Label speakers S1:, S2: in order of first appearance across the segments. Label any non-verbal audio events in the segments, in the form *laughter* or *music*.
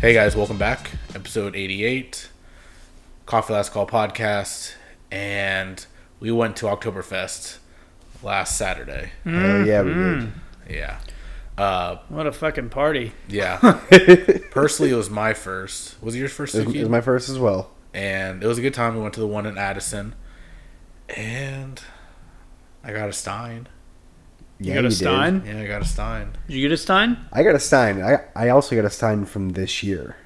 S1: Hey guys, welcome back. Episode 88, Coffee Last Call podcast. And we went to Oktoberfest last Saturday.
S2: Oh yeah, we
S3: Mm-hmm.
S1: Yeah. Uh,
S3: What a fucking party.
S1: Yeah. Personally, it was my first. Was it your first?
S2: did. It was,
S1: Suki?
S2: it was my first as well.
S1: and it was a good time. We went to the one in Addison, and I got a Stein.
S2: Yeah,
S3: You got a
S2: did.
S3: Stein?
S1: Yeah, I got a Stein.
S3: Did you get a Stein?
S2: I got a Stein. I I also got a Stein from this year.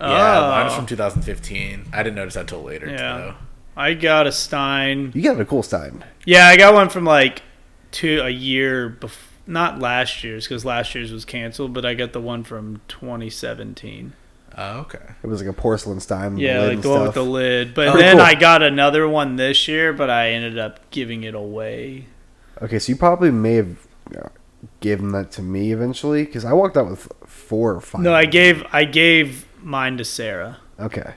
S1: Yeah,
S3: Oh.
S1: mine was from 2015. I didn't notice that till later.
S3: Yeah.
S1: though.
S3: I got a Stein.
S2: You got a cool Stein.
S3: Yeah, I got one from like two a year before. Not last year's because last year's was canceled, but I got the one from 2017.
S1: Oh, okay.
S2: It was like a porcelain Stein. with
S3: Yeah,
S2: lid
S3: like
S2: and
S3: the one with the
S2: stuff.
S3: lid. But
S2: Pretty
S3: then
S2: cool.
S3: I got another one this year, but I ended up giving it away.
S2: Okay, so you probably may have uh, given that to me eventually because I walked out with four or five.
S3: No, I gave I gave mine to Sarah.
S2: Okay,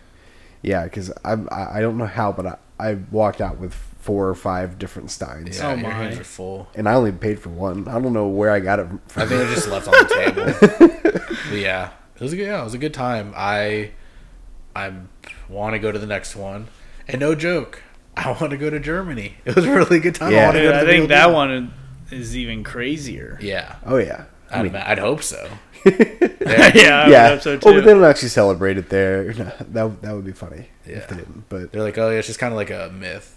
S2: yeah, because I I I don't know how, but I, I walked out with four or five different Steins,
S1: Yeah,
S3: Oh,
S1: your
S3: my.
S1: hands are full.
S2: and I only paid for one. I don't know where I got it from.
S1: I think it just left on the table. But yeah, it was a good. Yeah, it was a good time. I, I want to go to the next one, and no joke, I want to go to Germany. It was a really good time. I
S2: Yeah.
S1: want to
S3: Dude,
S1: go to
S3: I
S1: the
S3: think
S1: Real
S3: that
S1: Deal.
S3: one is even crazier. *laughs*
S1: Yeah,
S2: Oh yeah,
S1: I'd, I'd hope so.
S3: Yeah, I would
S2: yeah.
S3: hope so too.
S2: Oh, but they don't actually celebrate it there. *laughs* that that would be funny
S1: Yeah.
S2: if they didn't. But
S1: They're like, oh yeah, it's just kind of like a myth.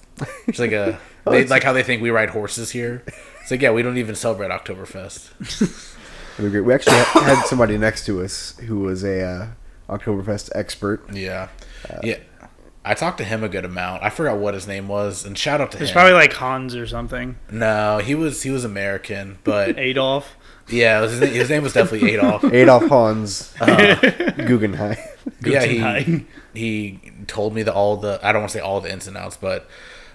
S1: It's like a they, like how they think we ride horses here. It's like yeah, we don't even celebrate Oktoberfest.
S2: It was great. We actually had had somebody next to us who was a uh, Oktoberfest expert.
S1: Yeah, yeah. I talked to him a good amount. I forgot what his name was, and shout out to
S3: It's
S1: him.
S3: probably like Hans or something.
S1: no, he was he was American, but
S3: Adolf.
S1: yeah, his, name- his name was definitely
S2: *laughs*
S1: Adolf.
S2: Adolf Hans uh,
S3: *laughs*
S2: Guggenheim.
S1: yeah, he,
S3: Guggenheim.
S1: he told me that all the I don't want to say all the ins and outs, but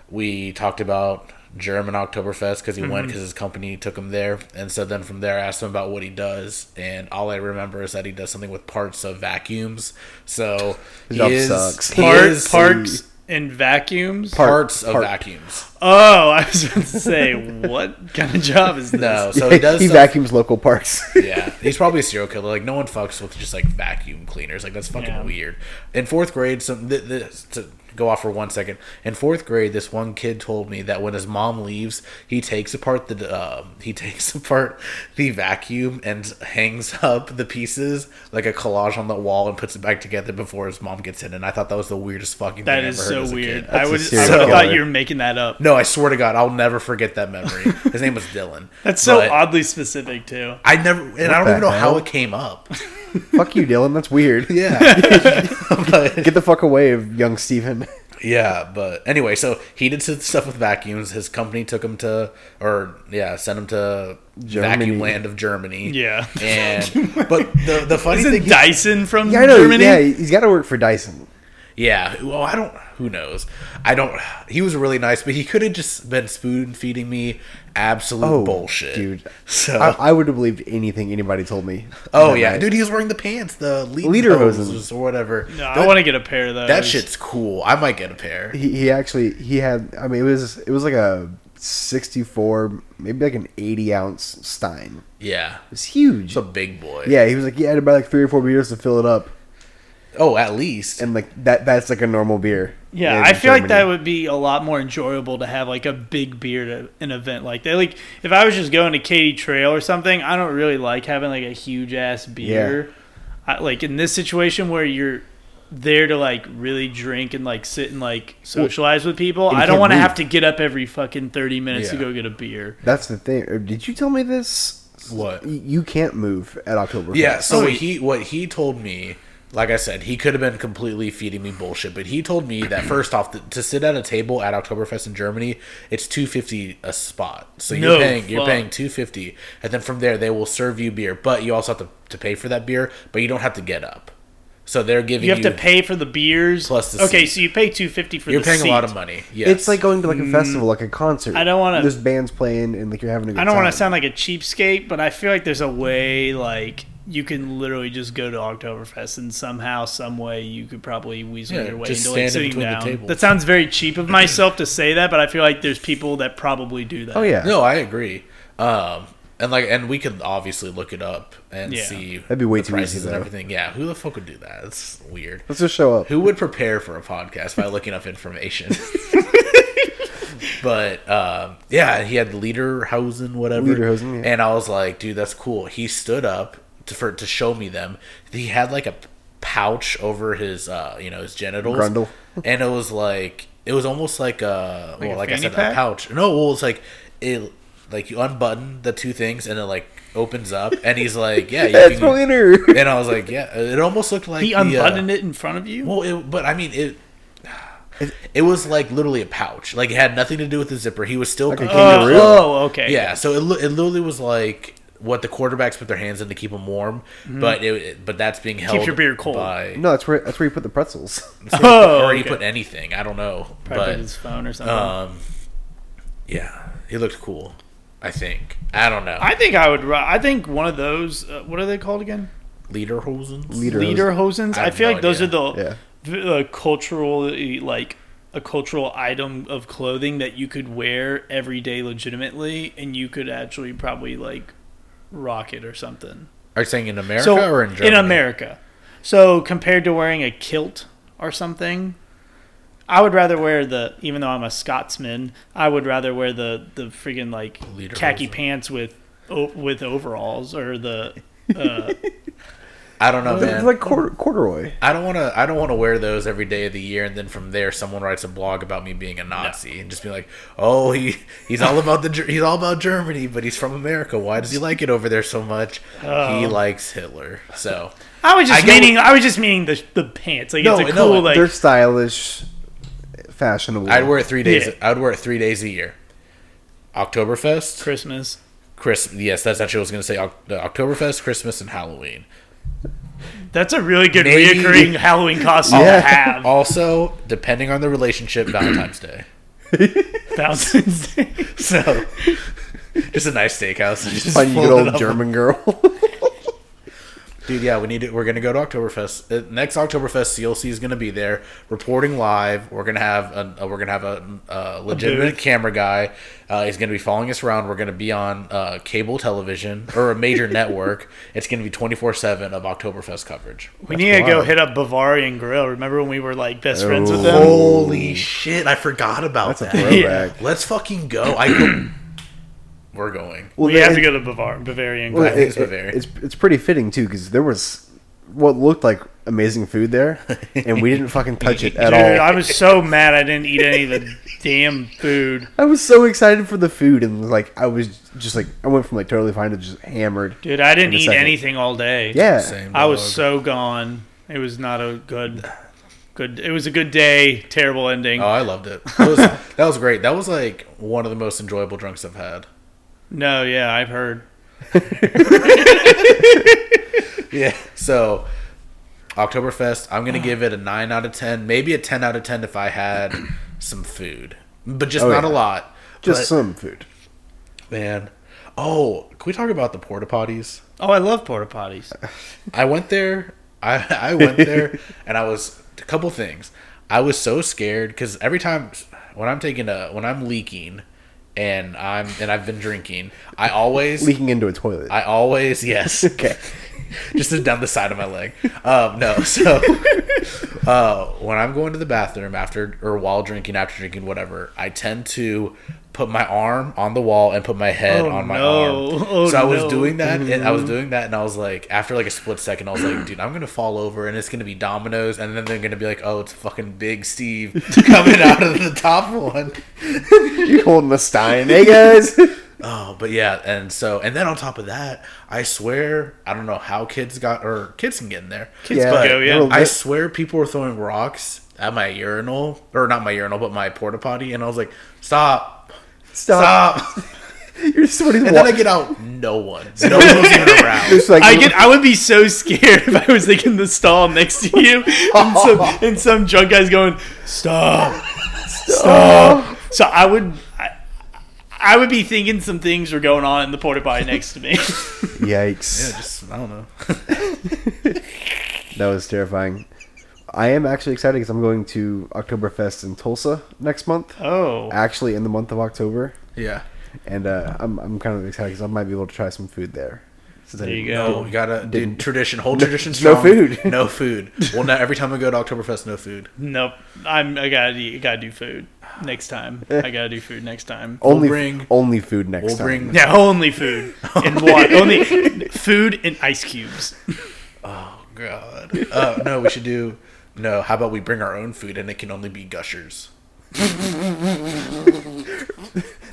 S1: we talked about German Oktoberfest because he
S2: Mm-hmm.
S1: went because his company took him there, and so then from there I asked him about what he does, and all I remember is that he does something with parts of vacuums. So he
S2: job
S1: is,
S2: sucks.
S1: he
S3: Part,
S1: is
S3: parts and vacuums.
S2: Part-
S1: parts of
S2: part.
S1: vacuums.
S3: oh, I was about to say, what kind of job is this?
S1: No,
S2: *laughs*
S1: so he does.
S2: he
S1: stuff-
S2: vacuums
S1: *laughs*
S2: local parks. *laughs*
S1: yeah, he's probably a serial killer. Like no one fucks with just like vacuum cleaners. Like that's fucking
S3: Yeah.
S1: weird. In fourth grade, some th- this, to go off for one second. In fourth grade, this one kid told me that when his mom leaves, he takes apart the um *laughs* he takes apart the vacuum and hangs up the pieces like a collage on the wall and puts it back together before his mom gets in. And I thought that was the weirdest fucking
S3: That
S1: thing
S3: is
S1: I ever heard
S3: so
S1: as a
S3: weird.
S1: kid.
S3: I
S2: a
S3: would
S2: serial
S3: I would've thought
S2: killer.
S3: you were making that up.
S1: No, I swear to God, I'll never forget that memory. His name was Dylan.
S3: *laughs* That's so
S1: But
S3: oddly specific too.
S1: I never, and I don't
S2: the
S1: even know how
S2: hell?
S1: it came up. *laughs*
S2: fuck you, Dylan. That's weird.
S1: Yeah. but,
S2: Get the fuck away of young *laughs*
S3: *laughs*
S2: Steven.
S1: yeah, but anyway, so he did some stuff with vacuums. His company took him to, or yeah, sent him to vacuum
S2: Germany.
S1: land of Germany.
S3: Yeah. *laughs*
S1: And but the the funny
S3: Isn't
S1: thing,
S3: Dyson from
S2: Yeah, I know.
S3: Germany?
S2: Yeah, he's got to work for Dyson.
S1: yeah. Well, I don't. Who knows? I don't. He was really nice, but he could have just been spoon feeding me absolute
S2: Oh,
S1: bullshit,
S2: dude.
S1: So.
S2: I, I would have believed anything anybody told me.
S1: Oh
S2: that
S1: yeah,
S2: night.
S1: dude, he was wearing the pants, the
S2: Lederhosen.
S1: leaderhoses or whatever.
S3: No, I
S1: That-
S3: want to get a pair of those.
S1: that shit's cool. I might get a pair.
S2: He, he actually he had. I mean, it was it was like a sixty-four, maybe like an eighty-ounce Stein.
S1: Yeah,
S2: It was huge.
S1: it's a big boy.
S2: Yeah, he was like, yeah, I had to buy like three or four beers to fill it up,
S1: Oh, at least.
S2: and like that—that's like a normal beer.
S3: Yeah,
S2: in
S3: I feel like that
S2: Germany.
S3: would be a lot more enjoyable to have like a big beard at an event like that. Like if I was just going to Katy Trail or something, I don't really like having like a huge ass beer. I, like in this situation where you're there to like really drink and like sit and like socialize with people,
S2: and you
S3: I don't
S2: can't
S3: want to
S2: move.
S3: have to get up every fucking thirty minutes
S1: Yeah.
S3: to go get a beer.
S2: That's the thing. Uh, Did you tell me this?
S1: What?
S2: Y- You can't move at October.
S1: Yeah. So
S3: Oh,
S1: what
S3: he-
S1: he what he told me, like I said, he could have been completely feeding me bullshit, but he told me that first off, th- to sit at a table at Oktoberfest in Germany, it's two fifty a spot. So you're
S3: No
S1: paying you're
S3: fuck.
S1: paying two fifty, and then from there they will serve you beer, but you also have to, to pay for that beer, but you don't have to get up. So they're giving
S3: You
S1: you,
S3: have to pay for the beers
S1: Plus the
S3: okay,
S1: seat.
S3: so you pay two fifty for
S1: You're
S3: the
S1: paying a lot
S3: seat.
S1: of money. Yes.
S2: It's like going to like a festival, like a concert.
S3: Mm. I don't wanna-
S2: There's bands playing, and like you're having a good
S3: I don't want
S1: uh,
S2: time.
S3: to sound like a cheapskate, but I feel like there's a way like you can literally just go to Oktoberfest and somehow, some way, you could probably weasel
S1: Yeah,
S3: your way
S1: just
S3: into like
S1: stand in
S3: sitting
S1: between the
S3: down.
S1: tables.
S3: That sounds very cheap of
S1: Oh,
S3: myself to say that, but I feel like there's people that probably do that.
S2: Oh yeah.
S1: No, I agree. Um, and like and we could obviously look it up and
S3: Yeah.
S1: see
S2: That'd be way
S1: the
S2: too easy,
S1: prices and
S2: though.
S1: everything. Yeah, who the fuck would do that? It's weird.
S2: Let's just show up.
S1: Who would prepare for a podcast by looking up information?
S2: *laughs*
S1: but um, yeah, he had Lederhosen, whatever.
S2: Lederhosen, yeah.
S1: And I was like, dude, that's cool. He stood up to, for to show me them. He had like a pouch over his, uh, you know, his genitals,
S2: Grundle.
S1: and it was like it was almost like a well,
S3: a
S1: like I
S3: fanny
S1: said,
S3: pack?
S1: a pouch. No, well, it's like it, like you unbutton the two things, and it like opens up, and he's like, yeah, you
S2: *laughs* *laughs* That's my inner.
S1: And I was like, yeah, it almost looked like
S3: He
S1: the, uh,
S3: unbuttoned it in front of you.
S1: well, it, but I mean it. It was like literally a pouch. Like it had nothing to do with the zipper. He was still
S2: Like a
S1: completely-
S3: oh,
S2: kangaroo.
S3: oh, okay.
S1: yeah. So it, li- it literally was like what the quarterbacks put their hands in to keep them warm. But it, it- but that's being held
S3: Mm-hmm. your beer cold. *laughs*
S1: by *laughs*
S2: No, that's where that's where you put the pretzels.
S3: Oh,
S1: or
S3: okay.
S1: you put anything. I don't know.
S3: Probably
S1: but
S3: put his phone or something.
S1: um, yeah, he looked cool. I think. I don't know.
S3: I think I would. ri- I think one of those. Uh, what are they called again?
S1: Lederhosen.
S2: Leader.
S3: Lederhosens.
S1: I
S3: I,
S1: have
S3: feel
S1: no
S3: like those are
S1: idea.
S3: the
S2: Yeah.
S3: the cultural like a cultural item of clothing that you could wear every day legitimately, and you could actually probably like rock it or something.
S1: Are you saying in America
S3: so
S1: or in Germany?
S3: America, so compared to wearing a kilt or something. I would rather wear the, even though I'm a Scotsman, I would rather wear the the freaking like
S1: Lederhosen.
S3: khaki pants with o- with overalls or the uh,
S1: I don't know, man.
S2: It's like cor- corduroy.
S1: I don't want to. I don't want to wear those every day of the year, and then from there, someone writes a blog about me being a Nazi, and just be like, "Oh, he he's all about the Ger- he's all about Germany, but he's from America. Why does he like it over there so much? He likes Hitler." So
S3: I was just
S1: I get
S3: meaning. I was just meaning the the pants. Like
S1: No,
S3: it's a
S1: no,
S3: cool like.
S2: They're stylish, fashionable.
S1: I'd wear it three days.
S3: Yeah.
S1: I'd wear it three days a year. Oktoberfest,
S3: Christmas.
S1: Christmas. Yes, that's actually what I was going to say. Oc- the Oktoberfest, Christmas, and Halloween.
S3: That's a really good
S1: Maybe-
S3: reoccurring Halloween costume
S2: Yeah.
S3: to
S1: *laughs*
S3: have.
S1: Also, depending on the relationship, Valentine's Day.
S3: Thousands.
S1: *laughs* So, just a nice steakhouse. and Just
S2: Find you
S1: fold
S2: good
S1: it
S2: old
S1: up.
S2: German girl.
S1: Dude, yeah, we need to. We're gonna go to Oktoberfest. Uh, Next Oktoberfest, CLC is gonna be there, reporting live. We're gonna have a uh, we're gonna have a, uh legitimate
S3: booth.
S1: camera guy. Uh, he's gonna be following us around. We're gonna be on uh, cable television or a major network. It's gonna be twenty four seven of Oktoberfest coverage.
S3: *laughs* we need to go
S2: wild.
S3: hit up Bavarian Grill. Remember when we were like best friends with them?
S1: Holy shit! I forgot about
S2: That's a
S1: that.
S2: throwback.
S1: Let's fucking go. I. Go- we're going.
S2: Well,
S3: we
S2: they-
S3: have to go to Bavar- Bavarian Grill.
S2: Oh, Well,
S1: I think
S2: it-
S1: it's
S2: it-
S1: Bavaria.
S2: it's it's pretty fitting too because there was what looked like amazing food there, and we didn't fucking touch it at all.
S3: Dude, I was so mad I didn't eat any of the damn food.
S2: I was so excited for the food, and like I was just like I went from like totally fine to just hammered.
S3: Dude, I didn't
S2: In a
S3: eat
S2: second.
S3: anything all day.
S2: Yeah,
S1: Same
S3: I was
S1: dog.
S3: so gone. It was not a good, good. It was a good day. Terrible ending.
S1: Oh, I loved it. That was, that was great. That was like one of the most enjoyable drinks I've had.
S3: no, yeah, I've heard.
S1: Yeah. *laughs* So Oktoberfest, I'm gonna give it a nine out of ten, maybe a ten out of ten if I had *clears throat* some food, but just
S2: Oh,
S1: not
S2: yeah.
S1: a lot.
S2: just
S1: But,
S2: some food.
S1: man. Oh, can we talk about the porta potties?
S3: Oh, I love porta potties.
S2: *laughs*
S1: I went there. I I went there, and I was a couple things. I was so scared because every time when I'm taking a when I'm leaking, and I'm and I've been drinking, I always
S2: Leaking into a toilet.
S1: I always
S2: *laughs*
S1: yes
S2: okay,
S1: *laughs* just down the side of my leg. Um, no, *laughs* so uh, when I'm going to the bathroom after or while drinking, after drinking, whatever, I tend to put my arm on the wall and put my head
S3: Oh,
S1: on my
S3: no.
S1: arm.
S3: Oh,
S1: so I was
S3: no. Mm-hmm.
S1: doing that, and I was doing that, and I was like, after like a split second, I was like, dude, I'm gonna fall over, and it's gonna be dominoes, and then they're gonna be like, oh, it's fucking Big Steve *laughs* coming out of the top one.
S2: you holding the stein? Hey guys, *laughs*
S1: Oh, but yeah, and so and then on top of that, I swear I don't know how kids got or kids can get in there. Kids
S2: Yeah,
S3: go, yeah.
S2: little
S1: I
S2: bit.
S1: swear people were throwing rocks at my urinal or not my urinal, but my porta potty, and I was like, "Stop,
S2: stop.
S1: stop!"
S2: *laughs* You're somebody's
S1: And then I get out, no one, no one was
S2: *laughs*
S1: even around.
S2: It's like *laughs*
S3: I get. I would be so scared *laughs* if I was like in the stall next to you, and some
S2: *laughs*
S3: and some drunk guy's going, "Stop,
S2: Oh.
S3: stop." So I would. I, I would be thinking some things were going on in the porta potty next to me. *laughs*
S2: yikes.
S1: Yeah, just I don't know. *laughs*
S2: That was terrifying. I am actually excited because I'm going to Oktoberfest in Tulsa next month.
S3: oh,
S2: Actually, in the month of October.
S1: Yeah,
S2: and uh, I'm I'm kind of excited because I might be able to try some food there. Since I
S3: There you
S2: didn't-
S3: go.
S1: No, you gotta dude,
S2: Didn't-
S1: tradition. Hold
S2: No-
S1: tradition
S2: no
S1: strong.
S2: food.
S1: No food. Well, now every time we go to Oktoberfest, no food.
S3: Nope. I'm. I gotta. do- Gotta do food next time. I gotta do food next time.
S1: We'll
S2: Only
S1: bring-
S2: only food next
S1: we'll
S2: time.
S1: bring-
S3: Yeah, only food
S2: *laughs*
S3: and water. only food and ice cubes.
S1: God. Uh, no, we should do. No, how about we bring our own food and it can only be gushers.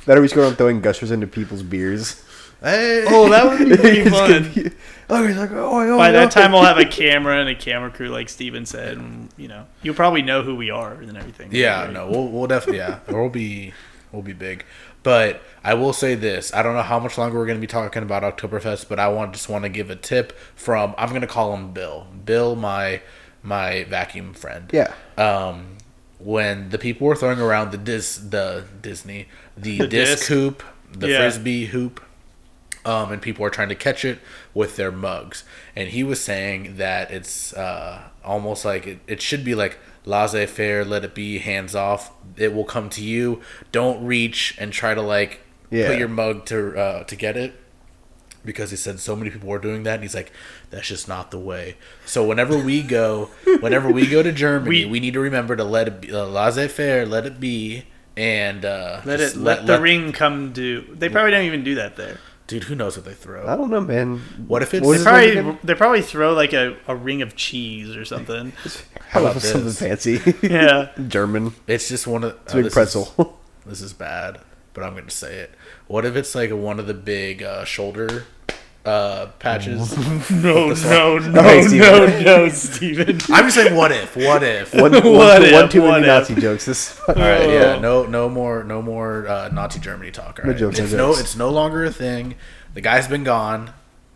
S2: Better we just go around throwing gushers into people's beers. *laughs*
S1: Hey.
S3: Oh, that would be pretty
S1: *laughs*
S2: It's gonna
S3: fun.
S2: be- oh, he's like, oh, oh,
S3: By
S2: oh.
S3: that time, we'll
S2: *laughs*
S3: have a camera and a camera crew, like Steven said. And, you know, you'll probably know who we are and everything.
S1: Yeah,
S3: Right?
S1: no, we'll we'll definitely yeah, *laughs* we'll be we'll be big. But I will say this: I don't know how much longer we're going to be talking about Oktoberfest, but I want just want to give a tip from I'm going to call him Bill, Bill, my my vacuum friend.
S2: Yeah.
S1: Um, when the people were throwing around the dis the Disney the,
S3: The
S1: disc,
S3: disc.
S1: hoop, the
S3: Yeah.
S1: frisbee hoop, um, and people are trying to catch it with their mugs. And he was saying that it's uh, almost like it, it should be like laissez faire, let it be, hands off. It will come to you. Don't reach and try to like
S2: Yeah.
S1: put your mug to uh, to get it. Because he said so many people were doing that, and he's like, "That's just not the way." So whenever we
S2: *laughs*
S1: go, whenever we go to Germany, we,
S3: We-
S1: need to remember to let it be, uh, laissez faire, let it be, and uh,
S3: Let
S1: just
S3: it. Let, the ring come due. They probably don't even do that there.
S1: Dude, who knows what they throw?
S2: I don't know, man.
S1: What if it's-
S2: What
S1: They
S2: is
S3: They
S2: it like
S3: probably.
S2: again?
S3: They probably throw like a, a ring of cheese or something.
S2: How
S1: about
S2: about something
S1: this?
S2: fancy?
S3: *laughs*
S2: *laughs*
S3: Yeah. *laughs*
S2: German.
S1: It's just one of oh,
S2: It's
S1: this
S2: a big
S1: is-
S2: pretzel.
S1: *laughs*
S2: *laughs*
S1: this is bad, but I'm going to say it. What if it's like one of the big uh, shoulder uh,
S2: *laughs*
S1: patches?
S3: No, no, no,
S2: Okay,
S3: no,
S2: Steven.
S3: no, Steven.
S1: I'm just saying, what if? What if?
S2: One, one,
S3: What
S2: one
S3: if,
S2: too
S3: what
S2: many
S3: if?
S2: Nazi jokes. This *laughs*
S1: All right, yeah,
S3: Oh.
S1: no, no more, no more uh, Nazi Germany talk. all
S2: No
S1: right?
S2: jokes, no
S1: It's no,
S2: jokes.
S1: it's no longer a thing. The guy's been gone.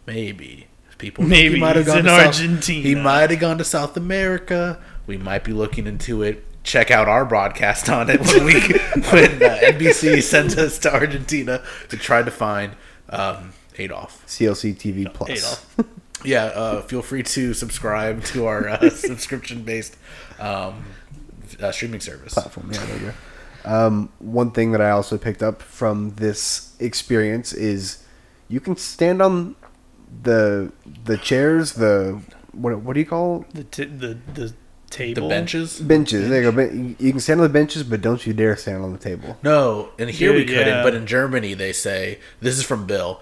S1: Maybe people. think
S3: Maybe he's in
S1: South-
S3: Argentina.
S1: he might have gone to South America. We might be looking into it. Check out our broadcast on it
S2: *laughs*
S1: when we when uh, NBC sent us to Argentina to try to find um, Adolf.
S2: CLC TV Plus.
S3: Adolf.
S1: Yeah, uh, feel free to subscribe to our uh, *laughs* subscription based um, uh, streaming service.
S2: platform. Yeah, there you go. Um, one thing that I also picked up from this experience is you can stand on the the chairs, the what what do you call
S3: The, t- the the
S1: The
S3: table.
S1: benches.
S2: benches? There you go. Ben- You can stand on the benches, but don't you dare stand on the table.
S1: No, and here we
S3: Dude,
S1: couldn't,
S3: yeah.
S1: but in Germany they say this is from Bill.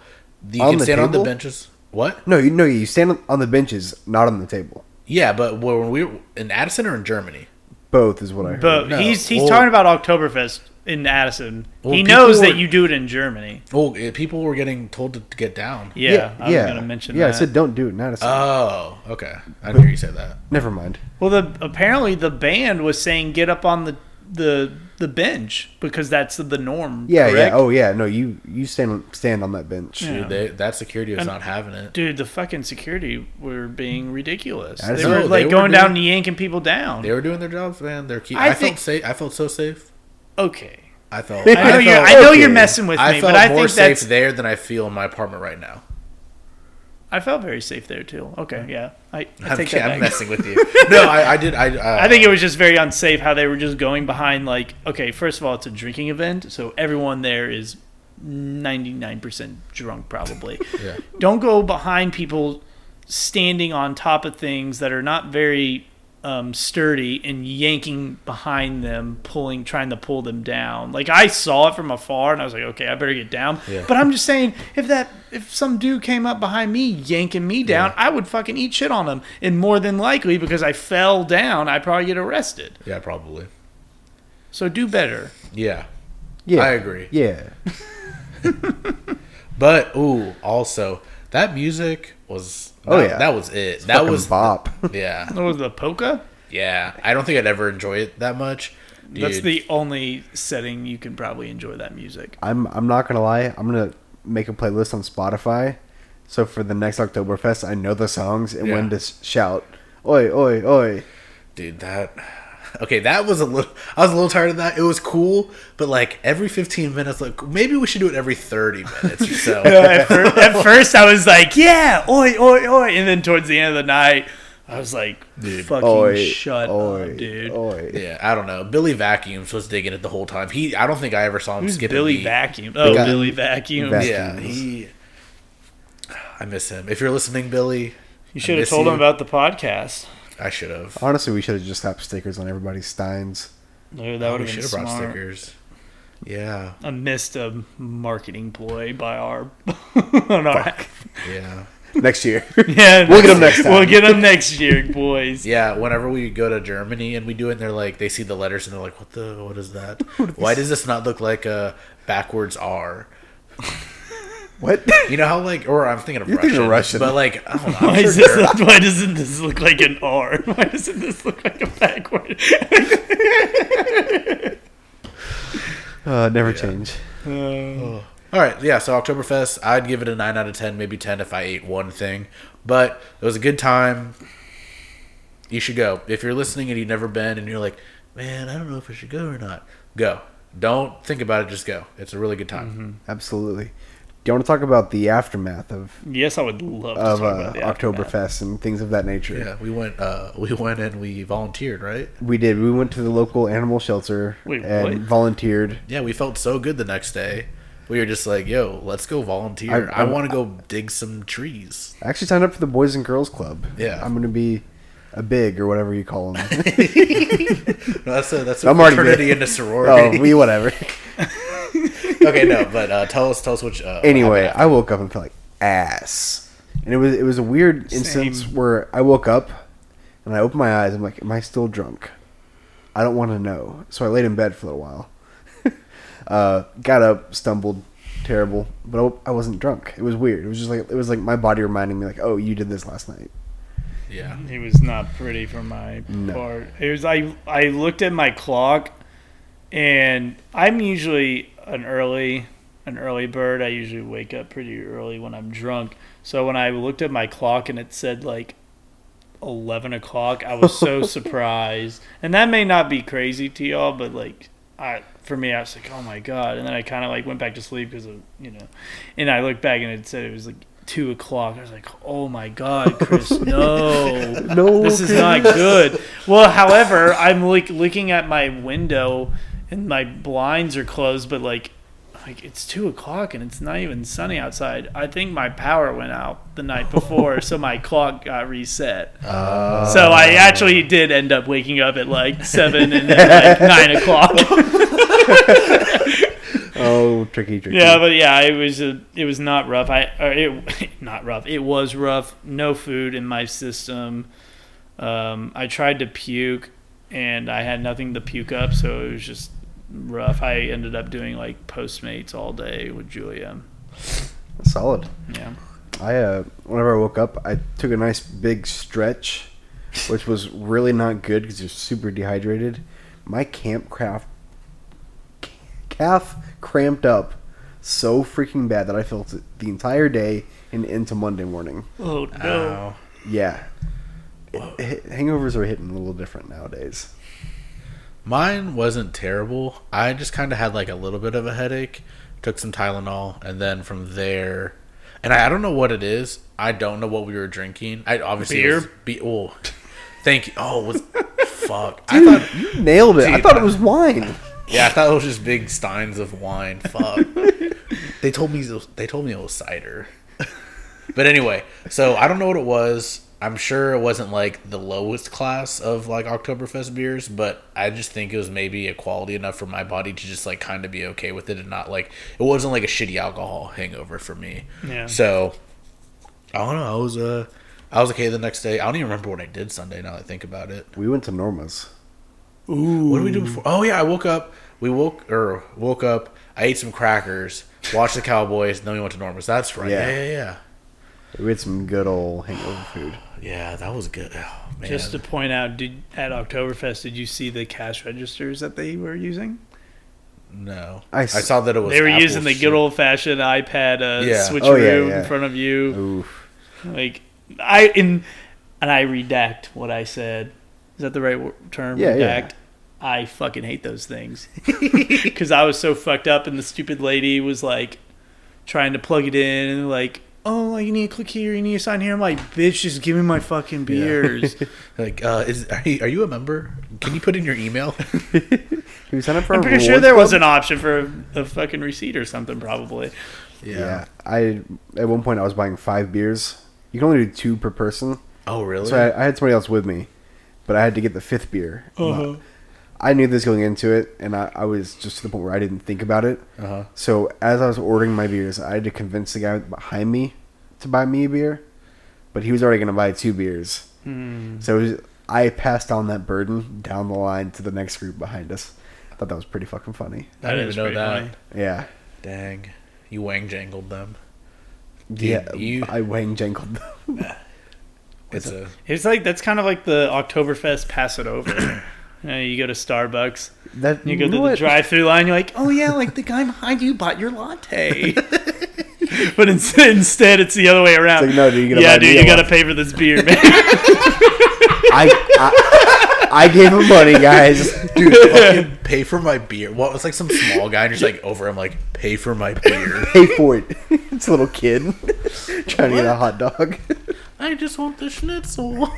S1: You
S2: On
S1: can
S2: the
S1: stand on the
S2: table?
S1: benches. What?
S2: No, you no, you stand on- on the benches, not on the table.
S1: Yeah, but when we were in Addison or in Germany,
S2: Both is what I heard.
S3: But
S1: No.
S3: he's he's
S1: Well-
S3: talking about Oktoberfest in Addison.
S1: Well,
S3: he
S1: people
S3: knows that
S1: were-
S3: you do it in Germany.
S1: well, eh, people were getting told to to get down.
S3: Yeah, I was gonna mention
S2: Yeah,
S3: that. Uh,
S2: I said don't do it. Not a
S1: Oh, okay. I didn't hear you say that.
S2: Never mind.
S3: well, the apparently the band was saying get up on the the the bench because that's the norm.
S2: Yeah,
S3: correct?
S2: yeah. Oh, yeah. No, you you stand on, stand on that bench.
S1: Dude,
S3: Yeah.
S1: they, that security was
S3: And-
S1: not having it.
S3: Dude, the fucking security were being ridiculous.
S2: That's-
S3: They were
S1: No, they
S3: like
S1: were doing-
S3: going down and yanking people down.
S1: They were doing their jobs, man. They're keep.
S3: I
S1: I,
S3: think-
S1: felt safe. I felt so safe.
S3: Okay,
S1: I felt.
S3: I know
S1: I
S3: you're.
S1: felt,
S3: I know
S2: okay.
S3: you're messing with
S1: I
S3: me,
S1: felt
S3: but I
S1: more
S3: think
S1: safe
S3: that's.
S1: there than I feel in my apartment right now.
S3: I felt very safe there too. Okay, yeah, I, I
S1: I'm,
S3: take
S1: ki-
S3: that
S1: I'm
S3: back.
S1: messing
S3: *laughs*
S1: with you. No, I, I did. I. Uh,
S3: I think it was just very unsafe how they were just going behind. Like, okay, first of all, it's a drinking event, so everyone there is ninety nine percent drunk, probably.
S1: *laughs* Yeah.
S3: Don't go behind people standing on top of things that are not very um, sturdy and yanking behind them, pulling, trying to pull them down. Like I saw it from afar, and I was like, okay, I better get down.
S1: Yeah.
S3: But I'm just saying, if that if some dude came up behind me yanking me down, I would fucking eat shit on him, and more than likely because I fell down, I'd probably get arrested.
S1: Yeah, probably.
S3: So do better.
S1: Yeah.
S2: Yeah,
S1: I agree.
S2: Yeah,
S1: But ooh, also that music was
S2: Oh,
S1: that-
S2: yeah.
S1: that was it. that
S2: Fucking
S1: was
S2: bop.
S1: yeah
S3: What was the polka?
S1: yeah. I don't think I'd ever enjoy it that much. Dude,
S3: That's the only setting you can probably enjoy that music.
S2: I'm I'm not gonna lie. I'm gonna make a playlist on Spotify. So for the next Oktoberfest, I know the songs and when
S1: Yeah.
S2: to s- shout. Oi, oi, oi!
S1: dude that. Okay, that was a little. I was a little tired of that. It was cool, but like every fifteen minutes, like maybe we should do it every thirty minutes or
S3: *laughs*
S1: so.
S3: at, fir- at first I was like, yeah, oi, oi, oi. And then towards the end of the night, I was like,
S1: Dude.
S3: fucking
S2: Oi,
S3: shut
S2: oi,
S3: up, dude.
S2: oi.
S1: *laughs* Yeah, I don't know. Billy Vacuums was digging it the whole time. He, I don't think I ever saw him
S3: Who's
S1: skip a
S3: Billy
S1: beat.
S3: Vacuum? Oh,
S2: guy-
S3: Billy Vacuum.
S2: Vac-
S1: Yeah,
S2: Vacuums.
S1: he. I miss him. If you're listening, Billy,
S3: You
S1: I
S3: should have
S1: miss
S3: told
S1: you.
S3: him about the podcast.
S1: I should have.
S3: Oh,
S2: Honestly, we should have just slapped stickers on everybody's steins. *laughs*
S3: Dude, that would
S1: We
S3: have been
S1: should have
S3: smart.
S1: brought stickers. Yeah,
S3: I missed a marketing ploy by our. *laughs* on our
S1: yeah,
S2: Next year,
S3: *laughs*
S2: *laughs*
S3: yeah,
S2: We'll get 'em next
S3: We'll
S2: time.
S3: get them next year, *laughs* boys.
S1: yeah. Whenever we go to Germany and we do it, and they're like, they see the letters and they're like, "What the? What is that? Why does this not look like a backwards R?"
S2: what?
S1: You know how like, or I'm thinking of
S2: You're
S1: Russian,
S2: thinking of Russian.
S1: but like, I don't know.
S3: Why,
S1: I'm
S3: is
S1: sure
S3: this, why doesn't this look like an R? *laughs* Why doesn't this look like a backward? *laughs*
S2: Uh, never change.
S3: Uh,
S1: All right, yeah. So Oktoberfest, I'd give it a nine out of ten, maybe ten if I ate one thing. But it was a good time. You should go if you're listening and you've never been, and you're like, man, I don't know if I should go or not. Go. Don't think about it. Just go. It's a really good time.
S2: Mm-hmm. Absolutely. Do you want to talk about the aftermath of
S3: yes, I would love to
S2: of
S3: talk
S2: uh,
S3: about the aftermath.
S2: Oktoberfest and things of that nature?
S1: Yeah, we went. Uh, *laughs* we went and we volunteered, right?
S2: We did. We went to the local animal shelter
S3: Wait,
S2: and
S3: what?
S2: volunteered.
S1: Yeah, we felt so good the next day. We were just like, yo, let's go volunteer. I,
S2: I- I-
S1: want to go dig some trees. *laughs*
S2: I actually signed up for the Boys and Girls Club.
S1: Yeah.
S2: I'm going to be a big or whatever you call them.
S1: No, that's a that's a
S2: I'm already
S1: fraternity
S2: big.
S1: and a
S2: *laughs* oh,
S1: sorority.
S2: we whatever.
S1: *laughs*
S2: *laughs*
S1: okay, no, but uh, tell us tell us which. Uh,
S2: anyway, I woke up and felt like ass, and it was it was a weird instance
S3: Same.
S2: where I woke up and I opened my eyes. I'm like, am I still drunk? I don't want to know. So I laid in bed for a little while. *laughs* uh, got up, stumbled, terrible, but I, I wasn't drunk. It was weird. It was just like it was like my body reminding me like, oh, you did this last night.
S1: yeah,
S3: It was not pretty for my
S2: No.
S3: part. It was I I looked at my clock and I'm usually an early an early bird. I usually wake up pretty early when I'm drunk. So when I looked at my clock and it said like eleven o'clock, I was so surprised. And that may not be crazy to y'all, but like I for me, I was like, oh my god. And then I kind of like went back to sleep because of you know, and I looked back and it said it was like two o'clock. I was like, oh my god, Chris, no
S2: No,
S3: this is not good. Well, however, I'm like looking at my window and my blinds are closed, but like, like it's two o'clock and it's not even sunny outside. I think my power went out the night before, so my clock got reset.
S2: Uh,
S1: Uh,
S3: so I actually did end up waking up at like seven and *laughs* then, like nine o'clock.
S2: Oh, tricky, tricky.
S3: yeah, but yeah, it was a, it was not rough. I or it *laughs* not rough. It was rough. No food in my system. Um, I tried to puke, and I had nothing to puke up, so it was just rough. I ended up doing like Postmates all day with Julia.
S2: solid.
S3: Yeah,
S2: I uh, whenever I woke up, I took a nice big stretch, which was really not good because you're super dehydrated. My camp calf, calf cramped up so freaking bad that I felt it the entire day and into Monday morning.
S3: Oh no!
S1: Ow.
S2: Yeah, H- hangovers are hitting a little different nowadays.
S1: Mine wasn't terrible. I just kind of had like a little bit of a headache. Took some Tylenol, and then from there, and I, I don't know what it is. I don't know what we were drinking. I obviously it
S3: Beer?
S1: was be- oh, thank you. Oh, it was *laughs* fuck. I thought
S2: You nailed it. I
S1: Dude,
S2: thought it
S1: I-
S2: was wine.
S1: yeah, I thought it was just big steins of wine. Fuck. they told me it was- they told me it was cider. but anyway, so I don't know what it was. I'm sure it wasn't like the lowest class of like Oktoberfest beers, but I just think it was maybe a quality enough for my body to just like kind of be okay with it and not like it wasn't like a shitty alcohol hangover for me.
S3: Yeah.
S1: So I don't know. I was uh I was okay the next day. I don't even remember what I did Sunday now that I think about it.
S2: We went to Norma's.
S1: What did we do before? Oh yeah, I woke up. We woke or woke up. I ate some crackers, watched the Cowboys, and then we went to Norma's. That's right. Yeah,
S2: Yeah.
S1: yeah, yeah.
S2: We had some good old hangover food.
S1: Yeah, that was good. Oh, man.
S3: Just to point out, did at Oktoberfest, did you see the cash registers that they were using?
S1: no, I
S2: I s-
S1: saw that it was.
S3: They were
S1: Apple
S3: using the
S1: shit.
S3: good old fashioned iPad uh,
S1: Yeah.
S3: switcheroo
S2: Oh, yeah, yeah.
S3: in front of you.
S2: Oof.
S3: Like I in and I redact what I said. Is that the right wo- term?
S2: Yeah, yeah.
S3: redact. I fucking hate those things *laughs* because I was so fucked up, and the stupid lady was like trying to plug it in, and like oh, like you need to click here, you need to sign here. I'm like, bitch, just give me my
S2: *laughs*
S3: fucking beers.
S1: Like, uh, is are you, are you a member? Can you put in your email? *laughs*
S2: Can we sign up for?
S3: I'm
S2: a
S3: pretty sure
S2: rewards
S3: there
S2: club?
S3: was an option for a, a fucking receipt or something, probably.
S2: Yeah. I at one point I was buying five beers. You can only do two per person,
S1: Oh, really?
S2: so I, I had somebody else with me, but I had to get the fifth beer.
S3: Uh-huh.
S2: I knew this going into it, and I, I was just to the point where I didn't think about it.
S1: Uh-huh.
S2: So as I was ordering my beers, I had to convince the guy behind me to buy me a beer, but he was already going to buy two beers. So it was, I passed on that burden down the line to the next group behind us. I thought that was pretty fucking funny.
S1: I didn't
S3: is
S1: even know
S3: pretty
S1: that.
S3: funny.
S2: Yeah.
S1: Dang, you wang jangled them.
S2: yeah.
S1: you-
S2: I wang jangled
S1: It's a
S3: It's like that's kind of like the Oktoberfest pass it over.
S2: *clears throat*
S3: you, know, you go to Starbucks,
S2: *laughs* that.
S3: you go to the
S2: what?
S3: drive-through line, you're like, oh yeah, like the guy behind you bought your latte.
S2: *laughs*
S3: but instead, instead, it's the other way around.
S2: It's like, no, dude, you gotta
S3: yeah,
S2: buy me
S3: dude,
S2: a
S3: you gotta pay for this beer, man.
S2: *laughs*
S3: *laughs*
S2: I, I, I gave him money, guys.
S1: dude.
S2: *laughs*
S1: fucking pay for my beer. Well, it's like some small guy, and you're just like over. I'm like, pay for my
S2: *laughs*
S1: beer.
S2: Pay for it. It's a little kid *laughs* trying to get a hot dog.
S1: I just want the
S2: *laughs*
S1: schnitzel.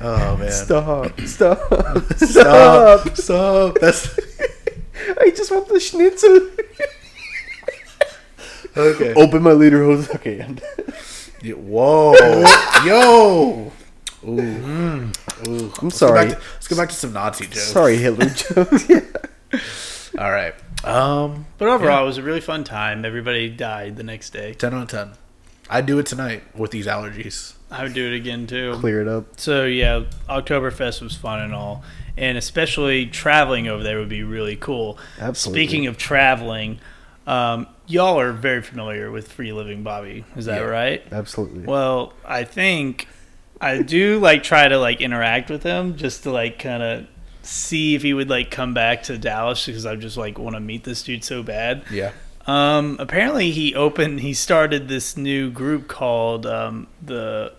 S1: oh man,
S2: Stop. Stop. *laughs* Stop.
S1: stop, stop. That's *laughs*
S2: I just want the schnitzel.
S1: okay.
S2: Open my leader hose. Okay. I'm done.
S1: Yeah, Whoa, yo. Ooh. Ooh.
S2: I'm
S1: Let's go,
S2: sorry.
S1: back to, let's go back to some Nazi jokes.
S2: Sorry, Hitler *laughs* jokes.
S1: All right. Um,
S3: but overall, it was a really fun time. Everybody died the next day.
S1: ten on ten. I do it tonight with these allergies.
S3: I would do it again too.
S2: Clear it up.
S3: So yeah, Oktoberfest was fun and all, and especially traveling over there would be really cool.
S2: Absolutely.
S3: Speaking of traveling, um, y'all are very familiar with Free Living Bobby, is that
S1: Yeah.
S3: right?
S2: Absolutely.
S3: Well, I think I do like try to like interact with him just to like kind of see if he would like come back to Dallas because I just like want to meet this dude so bad.
S1: Yeah.
S3: Um, apparently he opened, he started this new group called um, the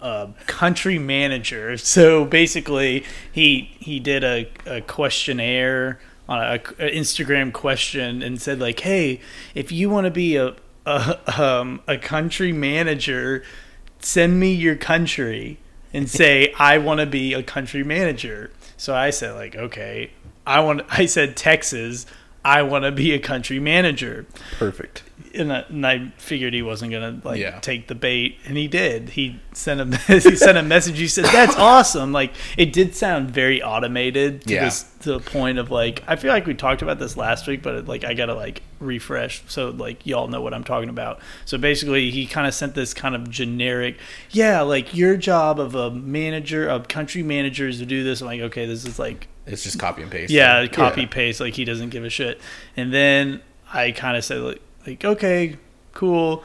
S3: uh, Country Manager. So basically, he he did a, a questionnaire on a, a Instagram question and said like, "Hey, if you want to be a a, um, a country manager, send me your country and say I want to be a country manager." So I said like, "Okay, I want." I said Texas. I want to be a country manager
S2: Perfect.
S3: and I, and I figured he wasn't gonna like
S1: Yeah.
S3: take the bait, and he did. He sent a *laughs* he sent a message. He said, "That's awesome!" Like it did sound very automated to
S1: Yeah.
S3: this to the point of like I feel like we talked about this last week, but it, like I gotta like refresh so like y'all know what I'm talking about. So basically, he kind of sent this kind of generic, yeah, like your job of a manager of country managers to do this. I'm like, okay, this is like
S1: It's just copy and paste.
S3: yeah, copy paste. Like he doesn't give a shit. And then I kind of said like, like okay, cool.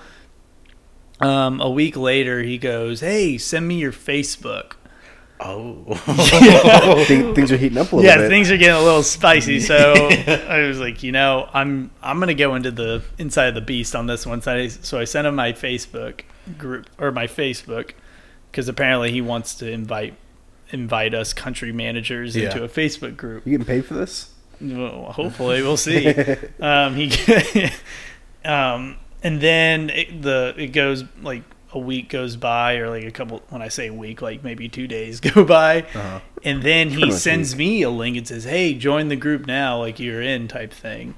S3: Um, a week later, he goes, "Hey, send me your Facebook."
S1: Oh.
S2: *laughs* Thing, things are heating up a little
S3: Yeah,
S2: bit.
S3: things are getting a little
S2: *laughs*
S3: spicy. So I was like, you know, I'm I'm gonna go into the inside of the beast on this one. So I, so I sent him my Facebook group or my Facebook because apparently he wants to invite invite us country managers
S1: Yeah.
S3: into a Facebook group.
S2: you getting paid for this?
S3: Well, hopefully, we'll see. um, he, *laughs* um, and then it, the it goes like a week goes by, or like a couple. When I say week, like maybe two days *laughs* go by,
S1: Uh-huh.
S3: and then he
S2: much
S3: sends me a link and says, "Hey, join the group now. Like you're in," type thing.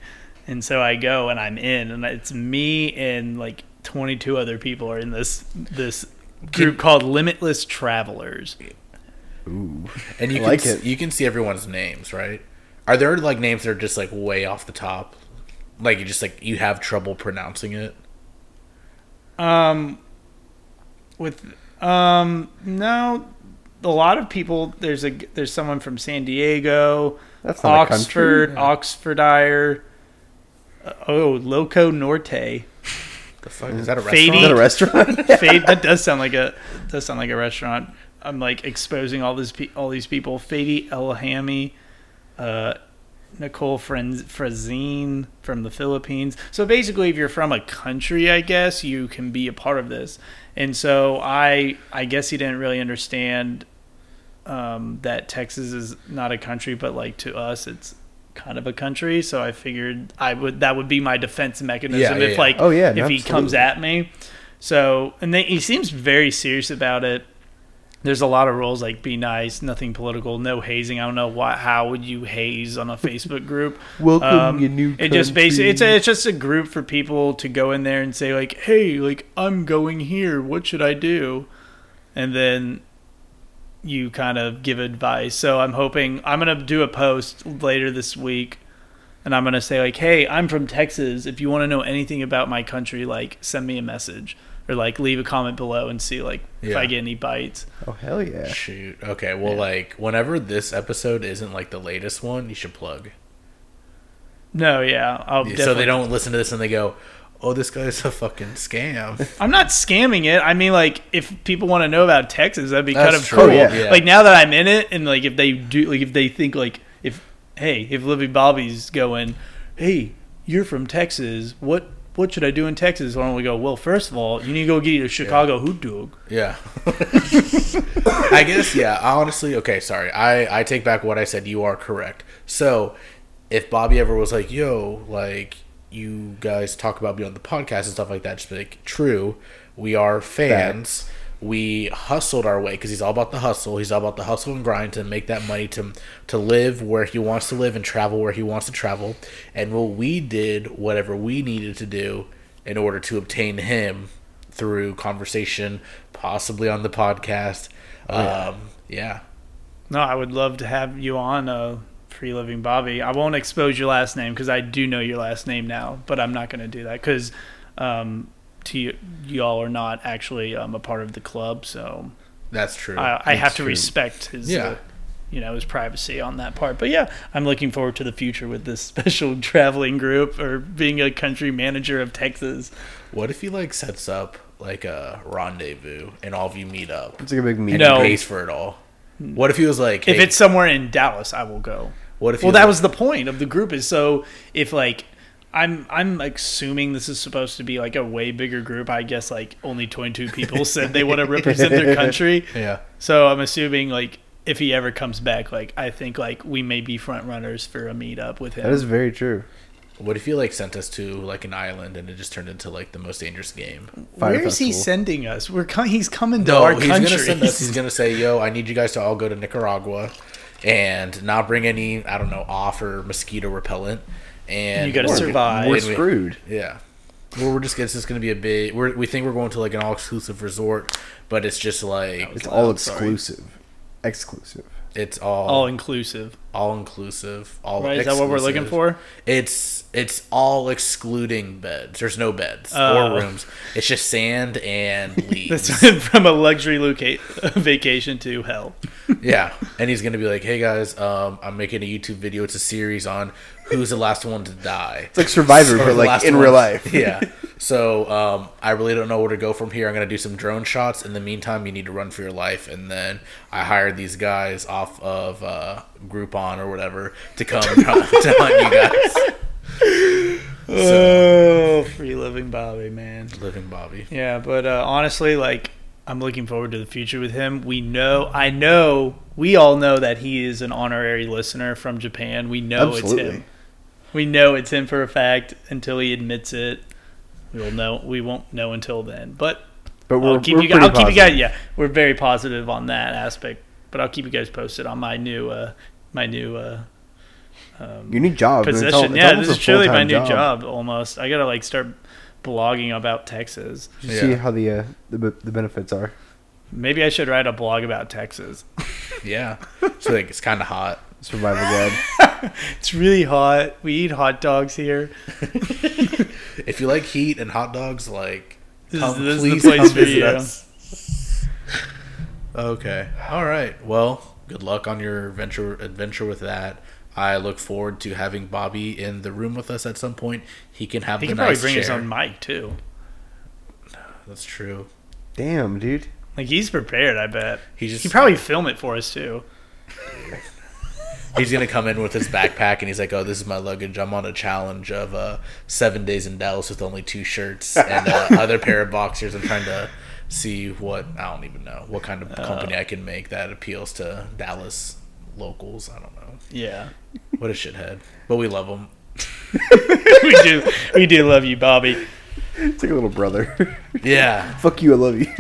S3: And so I go and I'm in, and it's me and like 22 other people are in this this group called Limitless Travelers.
S2: Ooh.
S1: And you
S2: I
S1: can
S2: like
S1: s-
S2: it.
S1: you can see everyone's names, right? Are there like names that are just like way off the top? Like you just like you have trouble pronouncing it?
S3: Um, with um, no, a lot of people. There's a there's someone from San Diego,
S2: That's not a country.
S3: Oxford, Oxfordshire. uh, Oh,
S2: *laughs*
S3: Loco Norte.
S1: The fuck is that a
S3: Fady.
S2: Is that a
S1: restaurant?
S2: restaurant?
S3: *laughs* Fade. That does sound like a does sound like a restaurant. I'm like exposing all these pe- all these people. Fady Elhami, uh, Nicole Frenz- Frazine from the Philippines. So basically, if you're from a country, I guess you can be a part of this. And so I I guess he didn't really understand um, that Texas is not a country, but like to us, it's kind of a country, so I figured I would that would be my defense mechanism
S1: Yeah, yeah,
S3: if
S1: yeah.
S3: like
S2: Oh, yeah,
S3: if he comes
S2: absolutely.
S3: at me. So and then he seems very serious about it. There's a lot of rules like be nice, nothing political, no hazing. I don't know why. How would you haze on a Facebook group?
S2: *laughs*
S3: Um,
S2: Welcome, you new
S3: It just
S2: country.
S3: basically it's a, it's just a group for people to go in there and say like, hey, like I'm going here. What should I do? And then you kind of give advice. So I'm hoping I'm gonna do a post later this week, and I'm gonna say like, "Hey, I'm from Texas. If you want to know anything about my country, like send me a message or like leave a comment below and see like if I
S1: Yeah.
S3: get any bites."
S2: Oh hell yeah!
S1: Shoot. Okay. Well, like whenever this episode isn't like the latest one, you should plug.
S3: No, yeah, I'll
S1: So they
S3: definitely-
S1: don't listen to this and they go, "Oh, this guy's a fucking scam."
S3: I'm not scamming it. I mean, like, if people want to know about Texas, that'd be kind
S1: That's
S3: of
S1: true,
S3: cool.
S2: yeah.
S1: Yeah.
S3: Like now that I'm in it, and like if they do, like if they think like if hey, if Livy Bobby's going, hey, you're from Texas, what what should I do in Texas? Why don't we go? Well, first of all, you need to go get a Chicago hoot dog.
S1: Yeah. *laughs* I guess yeah. Honestly, okay, sorry. I I take back what I said. You are correct. So, if Bobby ever was like, "Yo, like you guys talk about me on the podcast and stuff like that," just be like, "True, we are fans. We hustled our way because he's all about the hustle. He's all about the hustle and grind to make that money to to live where he wants to live and travel where he wants to travel. And well, we did whatever we needed to do in order to obtain him through conversation, possibly on the podcast. Um, yeah.
S3: No, I would love to have you on uh, Free Living Bobby. I won't expose your last name because I do know your last name now, but I'm not going to do that because um, to you, y'all are not actually um, a part of the club, so
S1: that's true.
S3: I, uh, I have to
S2: true.
S3: respect his,
S1: Yeah.
S3: uh, you know, his privacy on that part. But yeah, I'm looking forward to the future with this *laughs* special traveling group or being a country manager of Texas.
S1: what if he like sets up like a rendezvous and all of you meet up
S2: It's like a big meeting.
S1: and
S3: No.
S1: he pays for it all? What if he was like,
S3: If
S1: hey,
S3: it's somewhere in Dallas, I will go.
S1: what if? he
S3: Well, that
S1: like-
S3: was the point of the group is so if like I'm I'm assuming this is supposed to be like a way bigger group. I guess like only
S1: *laughs*
S3: 22 people said they want to represent their country.
S1: yeah.
S3: So I'm assuming like if he ever comes back, like I think like we may be front runners for a meetup with him.
S2: That is very true.
S1: What if he like sent us to like an island and it just turned into like the most dangerous game?
S2: Fire
S3: Where is he
S2: Festival.
S3: sending us? We're com- he's coming to
S1: No,
S3: our
S1: he's
S3: country.
S1: gonna send
S3: *laughs*
S1: us. He's gonna say, "Yo, I need you guys to all go to Nicaragua, and not bring any, I don't know, off or mosquito repellent." And
S3: You gotta
S1: we're-
S3: survive.
S2: We're
S1: and we-
S2: screwed.
S1: Yeah. Well, we're just it's just gonna be a big. We're, we think we're going to like an all exclusive resort, but it's just like
S2: It's all
S3: I'm sorry.
S2: exclusive. Exclusive.
S1: it's all
S3: all
S1: all,
S3: inclusive.
S1: inclusive. All
S3: Right? Is that what we're looking
S1: exclusive.
S3: for?
S1: It's it's all excluding beds. There's no beds
S3: Oh.
S1: or rooms. It's just sand and leaves.
S3: *laughs* That's from a luxury loca- *laughs* vacation to hell.
S1: Yeah, and he's gonna be like, "Hey guys, um, I'm making a YouTube video. It's a series on who's the last one to die."
S2: It's like Survivor,
S1: Or
S2: but
S1: the
S2: like
S1: last
S2: in
S1: one.
S2: real life.
S1: *laughs* yeah. So um, I really don't know where to go from here. I'm gonna do some drone shots. In the meantime, you need to run for your life. And then I hired these guys off of uh, Groupon or whatever to come *laughs* and hunt- to hunt you guys.
S3: Oh, free living Bobby, man.
S1: Living Bobby.
S3: Yeah, but uh, honestly, like I'm looking forward to the future with him. We know, I know, we all know that he is an honorary listener from Japan. We know it's him.
S2: Absolutely.
S3: We know it's him for a fact until he admits it. We'll know. We won't know until then. But
S2: But we're,
S3: I'll keep
S2: we're
S3: you.
S2: pretty
S3: Guys, I'll keep you
S2: positive.
S3: guys. Yeah, we're very positive on that aspect. But I'll keep you guys posted on my new, uh, my new uh,
S2: Your new job. man. It's
S3: position.
S2: al- it's
S3: yeah,
S2: almost
S3: this
S2: a
S3: is truly my
S2: full-time
S3: new job. Almost. I gotta like start blogging about Texas.
S2: You should See
S1: Yeah.
S2: how the, uh, the b- the benefits are.
S3: Maybe I should write a blog about Texas.
S1: Yeah. So like, it's kind of hot.
S2: Survival *laughs* guide.
S3: It's really hot. We eat hot dogs *laughs* here.
S1: If you like heat and hot dogs, like
S3: This
S1: come,
S3: is, this
S1: please
S3: is the place
S1: come
S3: for
S1: visit
S3: you.
S1: us. Okay. All right. Well, good luck on your venture adventure with that. I look forward to having Bobby in the room with us at some point. He can have
S3: He
S1: the
S3: can probably
S1: nice
S3: bring
S1: chair.
S3: his own mic too.
S1: That's true.
S2: Damn, dude.
S3: Like he's prepared, I bet.
S1: He just
S3: He'd probably film it for us too.
S1: he's gonna come in with his backpack and he's like, "Oh, this is my luggage. I'm on a challenge of uh, seven days in Dallas with only two shirts and uh, other pair of boxers. I'm trying to
S3: Uh,
S1: see what I don't even know what kind of company I can make that appeals to Dallas locals. I don't know.
S3: Yeah.
S1: What a shithead. But we love him.
S3: *laughs* we do we do love you, Bobby.
S2: It's like a little brother.
S1: Yeah.
S2: *laughs* Fuck you, I love you. *laughs*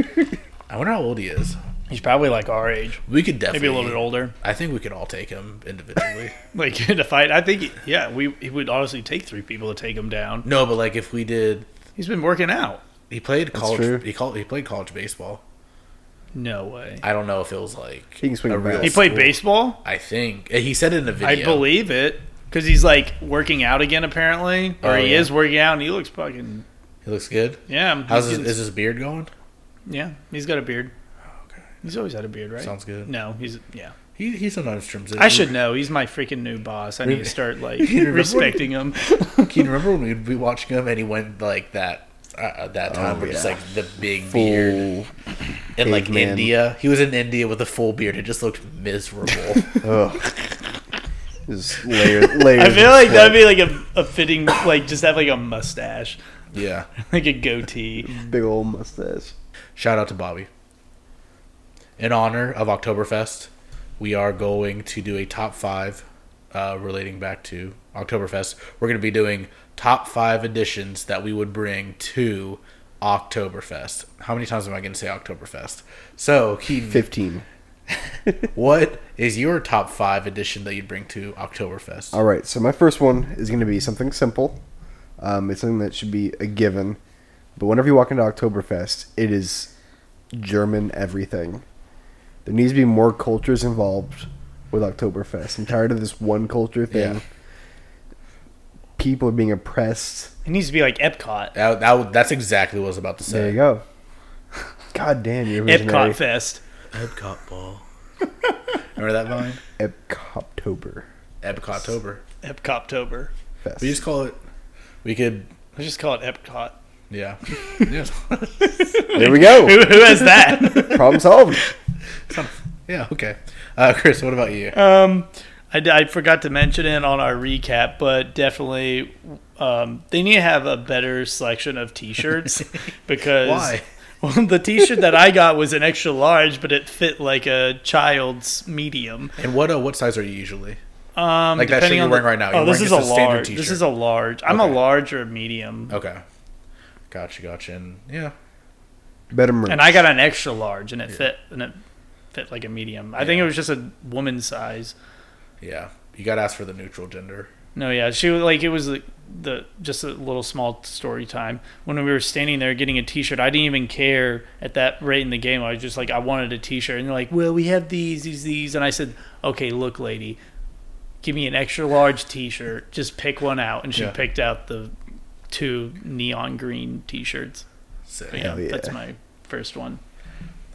S1: I wonder how old he is.
S3: He's probably like our age,
S1: We could definitely
S3: maybe a little bit older.
S1: I think we could all take him individually.
S3: Like *laughs* in a fight, I think yeah, we it would honestly take three people to take him down.
S1: no, but like if we did,
S3: He's been working out.
S1: he played college.
S2: true.
S1: He called. He played college baseball.
S3: No way.
S1: I don't know if it was like
S2: He can swing a bat.
S3: He
S2: That's
S3: played
S1: school.
S3: baseball.
S1: I think Uh, he said it in a video.
S3: I believe it because he's like working out again apparently, or
S1: Oh,
S3: he
S1: yeah.
S3: is working out and he looks fucking
S1: He looks good.
S3: yeah.
S1: How's
S3: he's
S1: his, is his beard going?
S3: yeah, he's got a beard.
S1: Okay.
S3: He's always had a beard, right?
S1: Sounds good.
S3: No, he's yeah.
S1: He he sometimes trims it.
S3: I should know. He's my freaking new boss. I need to
S1: *laughs*
S3: start like
S1: Remember- *laughs*
S3: respecting him.
S1: Can you
S3: *laughs*
S1: remember when we'd be watching him and he went like that? Uh, that time,
S2: Oh,
S1: where just
S2: yeah.
S1: like the big beard
S2: Full.
S1: and like
S2: caveman.
S1: India, he was in India with a full beard. It just looked miserable.
S2: Ugh. Just layer, layers.
S3: *laughs* I feel
S2: of
S3: like that'd
S2: sweat.
S3: be like a, a fitting like just have like a mustache,
S1: *laughs*
S3: *laughs*
S1: yeah.
S3: like a goatee.
S2: big old mustache.
S1: Shout out to Bobby. In honor of Oktoberfest, we are going to do a top five uh, relating back to Oktoberfest. We're going to be doing top five additions that we would bring to Oktoberfest. How many times am I going to say Oktoberfest? So, Keaton,
S2: Fifteen.
S1: what is your top five addition that you'd bring to Oktoberfest?
S2: All right, so my first one is going to be something simple. Um, it's something that should be a given, but whenever you walk into Oktoberfest, it is German everything. There needs to be more cultures involved with Oktoberfest. I'm tired of this one culture thing.
S1: Yeah.
S2: People are being oppressed.
S3: It needs to be like Epcot,
S1: That, that- that's exactly what I was about to say.
S2: There you go. God damn, you're visionary.
S3: Epcot Fest.
S1: Epcot *laughs* ball. Remember that vine?
S2: Epcottober
S1: Epcottober.
S3: Epcoptober.
S2: Fest.
S1: We just call it. We could.
S3: Let's just call it Epcot. *laughs*
S1: Yeah. *laughs* yeah.
S2: there we
S3: *laughs*
S2: go.
S3: Who, who
S1: *laughs*
S3: has that?
S2: Problem solved.
S1: Yeah, okay. Uh, Chris, what about you?
S3: um, I, d- I forgot to mention it on our recap, but definitely um, they need to have a better selection
S1: *laughs*
S3: of T-shirts because
S1: Why?
S3: *laughs* Well, the T-shirt that I got was an extra large, but it fit like a child's medium.
S1: And what uh, what size are you usually?
S3: Um,
S1: Like that
S3: depending
S1: shirt you're
S3: on
S1: wearing
S3: the-
S1: right now.
S3: Oh,
S1: You're
S3: this
S1: wearing
S3: is a
S1: just a standard
S3: large. This
S1: t-shirt.
S3: is a large. I'm
S1: Okay. Oh.
S3: a large or a medium,
S1: Okay. Gotcha, gotcha. And yeah,
S2: Better merch.
S3: and I got an extra large, and it fit and it fit like a medium. I think it was just a woman's size.
S1: yeah. You got to ask for the neutral gender.
S3: No, yeah, she was like it was the, the just a little small story time when we were standing there getting a T-shirt. I didn't even care at that rate in the game. I was just like, I wanted a T-shirt, and they're like, Well, we have these, these, these, and I said, Okay, look, lady, give me an extra large T-shirt. Just pick one out, and she
S1: Yeah.
S3: picked out the two neon green T-shirts.
S1: So,
S3: But yeah,
S2: Hell yeah.
S3: that's my first one.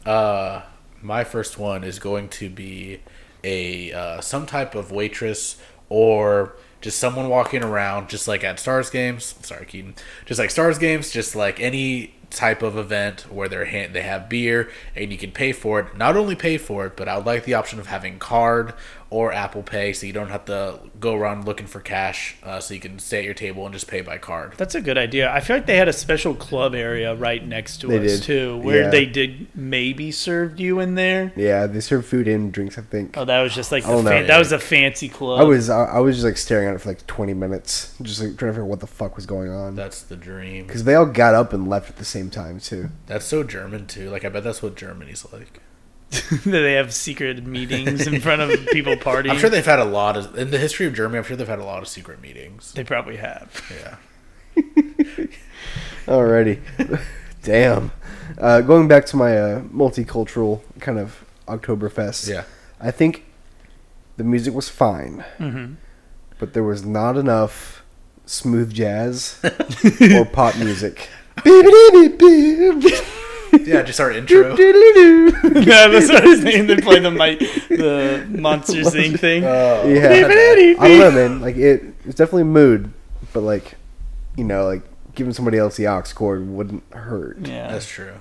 S1: Uh, my first one is going to be a uh, some type of waitress or just someone walking around, just like at Stars games. Sorry, Keaton. Just like Stars games, just like any type of event where they're hand, they have beer and you can pay for it. Not only pay for it, but I would like the option of having card or Apple Pay, so you don't have to go around looking for cash. Uh, so you can stay at your table and just pay by card.
S3: That's a good idea. I feel like they had a special club area right next to
S2: They
S3: us
S2: did.
S3: too, where
S2: Yeah.
S3: they did maybe served you in there.
S2: yeah, they serve food and drinks. I think.
S3: Oh, that was just like the
S2: Oh, no.
S3: fan- that was a fancy club.
S2: I
S3: *laughs*
S2: was I, I was just like staring at it for like 20 minutes, just like trying to figure out what the fuck was going on.
S1: That's the dream.
S2: Because they all got up and left at the same time too.
S1: That's so German too. Like I bet that's what Germany's like.
S3: they have secret meetings in front of people
S1: *laughs*
S3: partying.
S1: I'm sure they've had a lot of in the history of Germany. I'm sure they've had a lot of secret
S3: *laughs*
S1: meetings.
S3: they probably have.
S1: Yeah,
S2: Alrighty, *laughs* damn. Uh, going back to my uh, multicultural kind of Oktoberfest.
S1: yeah.
S2: I think the music was fine,
S3: hmm
S2: but there was not enough smooth
S3: *laughs*
S2: jazz or pop music. yeah,
S1: Yeah, just our
S2: *laughs*
S1: intro.
S3: *laughs* *laughs* yeah, that's what I was saying. They play
S1: *laughs*
S3: the mic, the monster sing thing.
S1: Oh,
S2: yeah.
S3: E
S2: I don't know, man. Like it, it's definitely a mood, but like, you know, like giving somebody else the aux chord wouldn't hurt.
S3: yeah,
S1: That's true.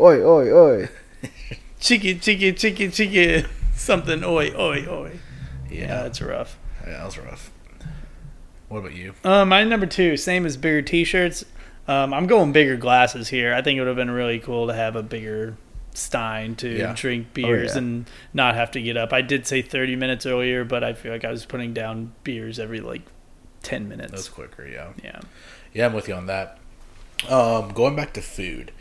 S2: Oi, oi, oi!
S3: chicken, chicken, chicken, chicken, something. Oi, oi, oi. Yeah,
S1: Yeah,
S3: that's rough.
S1: yeah, that was rough. What about you?
S3: Uh, my number two, same as bigger T-shirts. Um, I'm going bigger glasses here. I think it would have been really cool to have a bigger Stein to
S1: Yeah.
S3: drink beers
S2: yeah.
S3: and not have to get up. I did say 30 minutes earlier, but I feel like I was putting down beers every like 10 minutes.
S1: That's quicker, yeah.
S3: yeah.
S1: Yeah, I'm with you on that. Um, going back to food,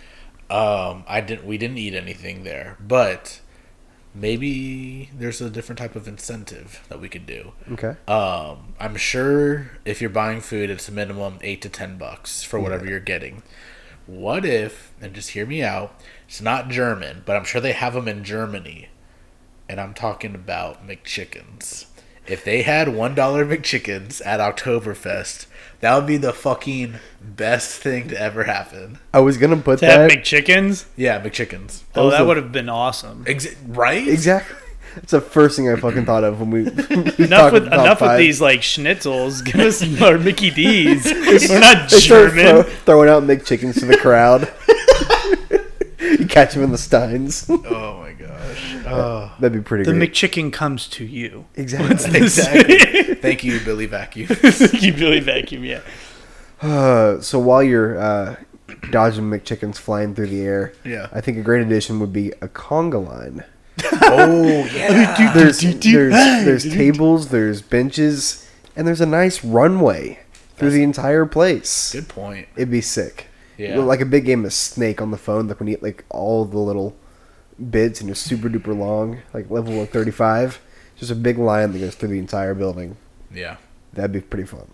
S1: um, I didn't. We didn't eat anything there, but maybe there's a different type of incentive that we could do.
S2: Okay.
S1: Um, I'm sure if you're buying food, it's a minimum eight to ten bucks for whatever you're getting. What if, and just hear me out, it's not German, but I'm sure they have them in Germany, and I'm talking about McChickens. If they had $1 McChickens at Oktoberfest, that would be the fucking best thing to ever happen.
S2: I was gonna put
S3: To have
S2: that
S3: McChickens?
S1: Yeah, McChickens.
S3: Oh,
S2: was
S3: that
S2: a-
S3: would have been awesome.
S1: Ex- right?
S2: exactly. It's the first thing I fucking thought of when we *laughs*
S3: Enough with enough with these like schnitzels. *laughs* Give us our
S2: *laughs*
S3: Mickey D's. We're not
S2: They start throw,
S3: German.
S2: throwing out McChickens to the
S3: *laughs*
S2: crowd. you catch them in the steins.
S1: Oh my gosh. Oh.
S2: That'd be pretty
S3: The
S2: great.
S3: McChicken comes to *laughs* you.
S2: exactly.
S1: Exactly. Thank you, Billy Vacuum.
S3: *laughs* you really vacuum, yeah.
S2: Uh, so while you're uh, dodging McChickens flying through the air,
S1: Yeah.
S2: I think a great addition would be a conga
S1: *laughs*
S2: line.
S1: Oh, *laughs* yeah.
S2: there's there's, there's tables, there's benches, and there's a nice runway through the entire place.
S1: Good point.
S2: It'd be sick.
S1: Yeah.
S2: You know, like a big game of Snake on the phone, like when you eat like all the little bits and it's super duper long, like level like thirty five. Just a big line that goes through the entire building.
S1: Yeah.
S2: That'd be pretty fun.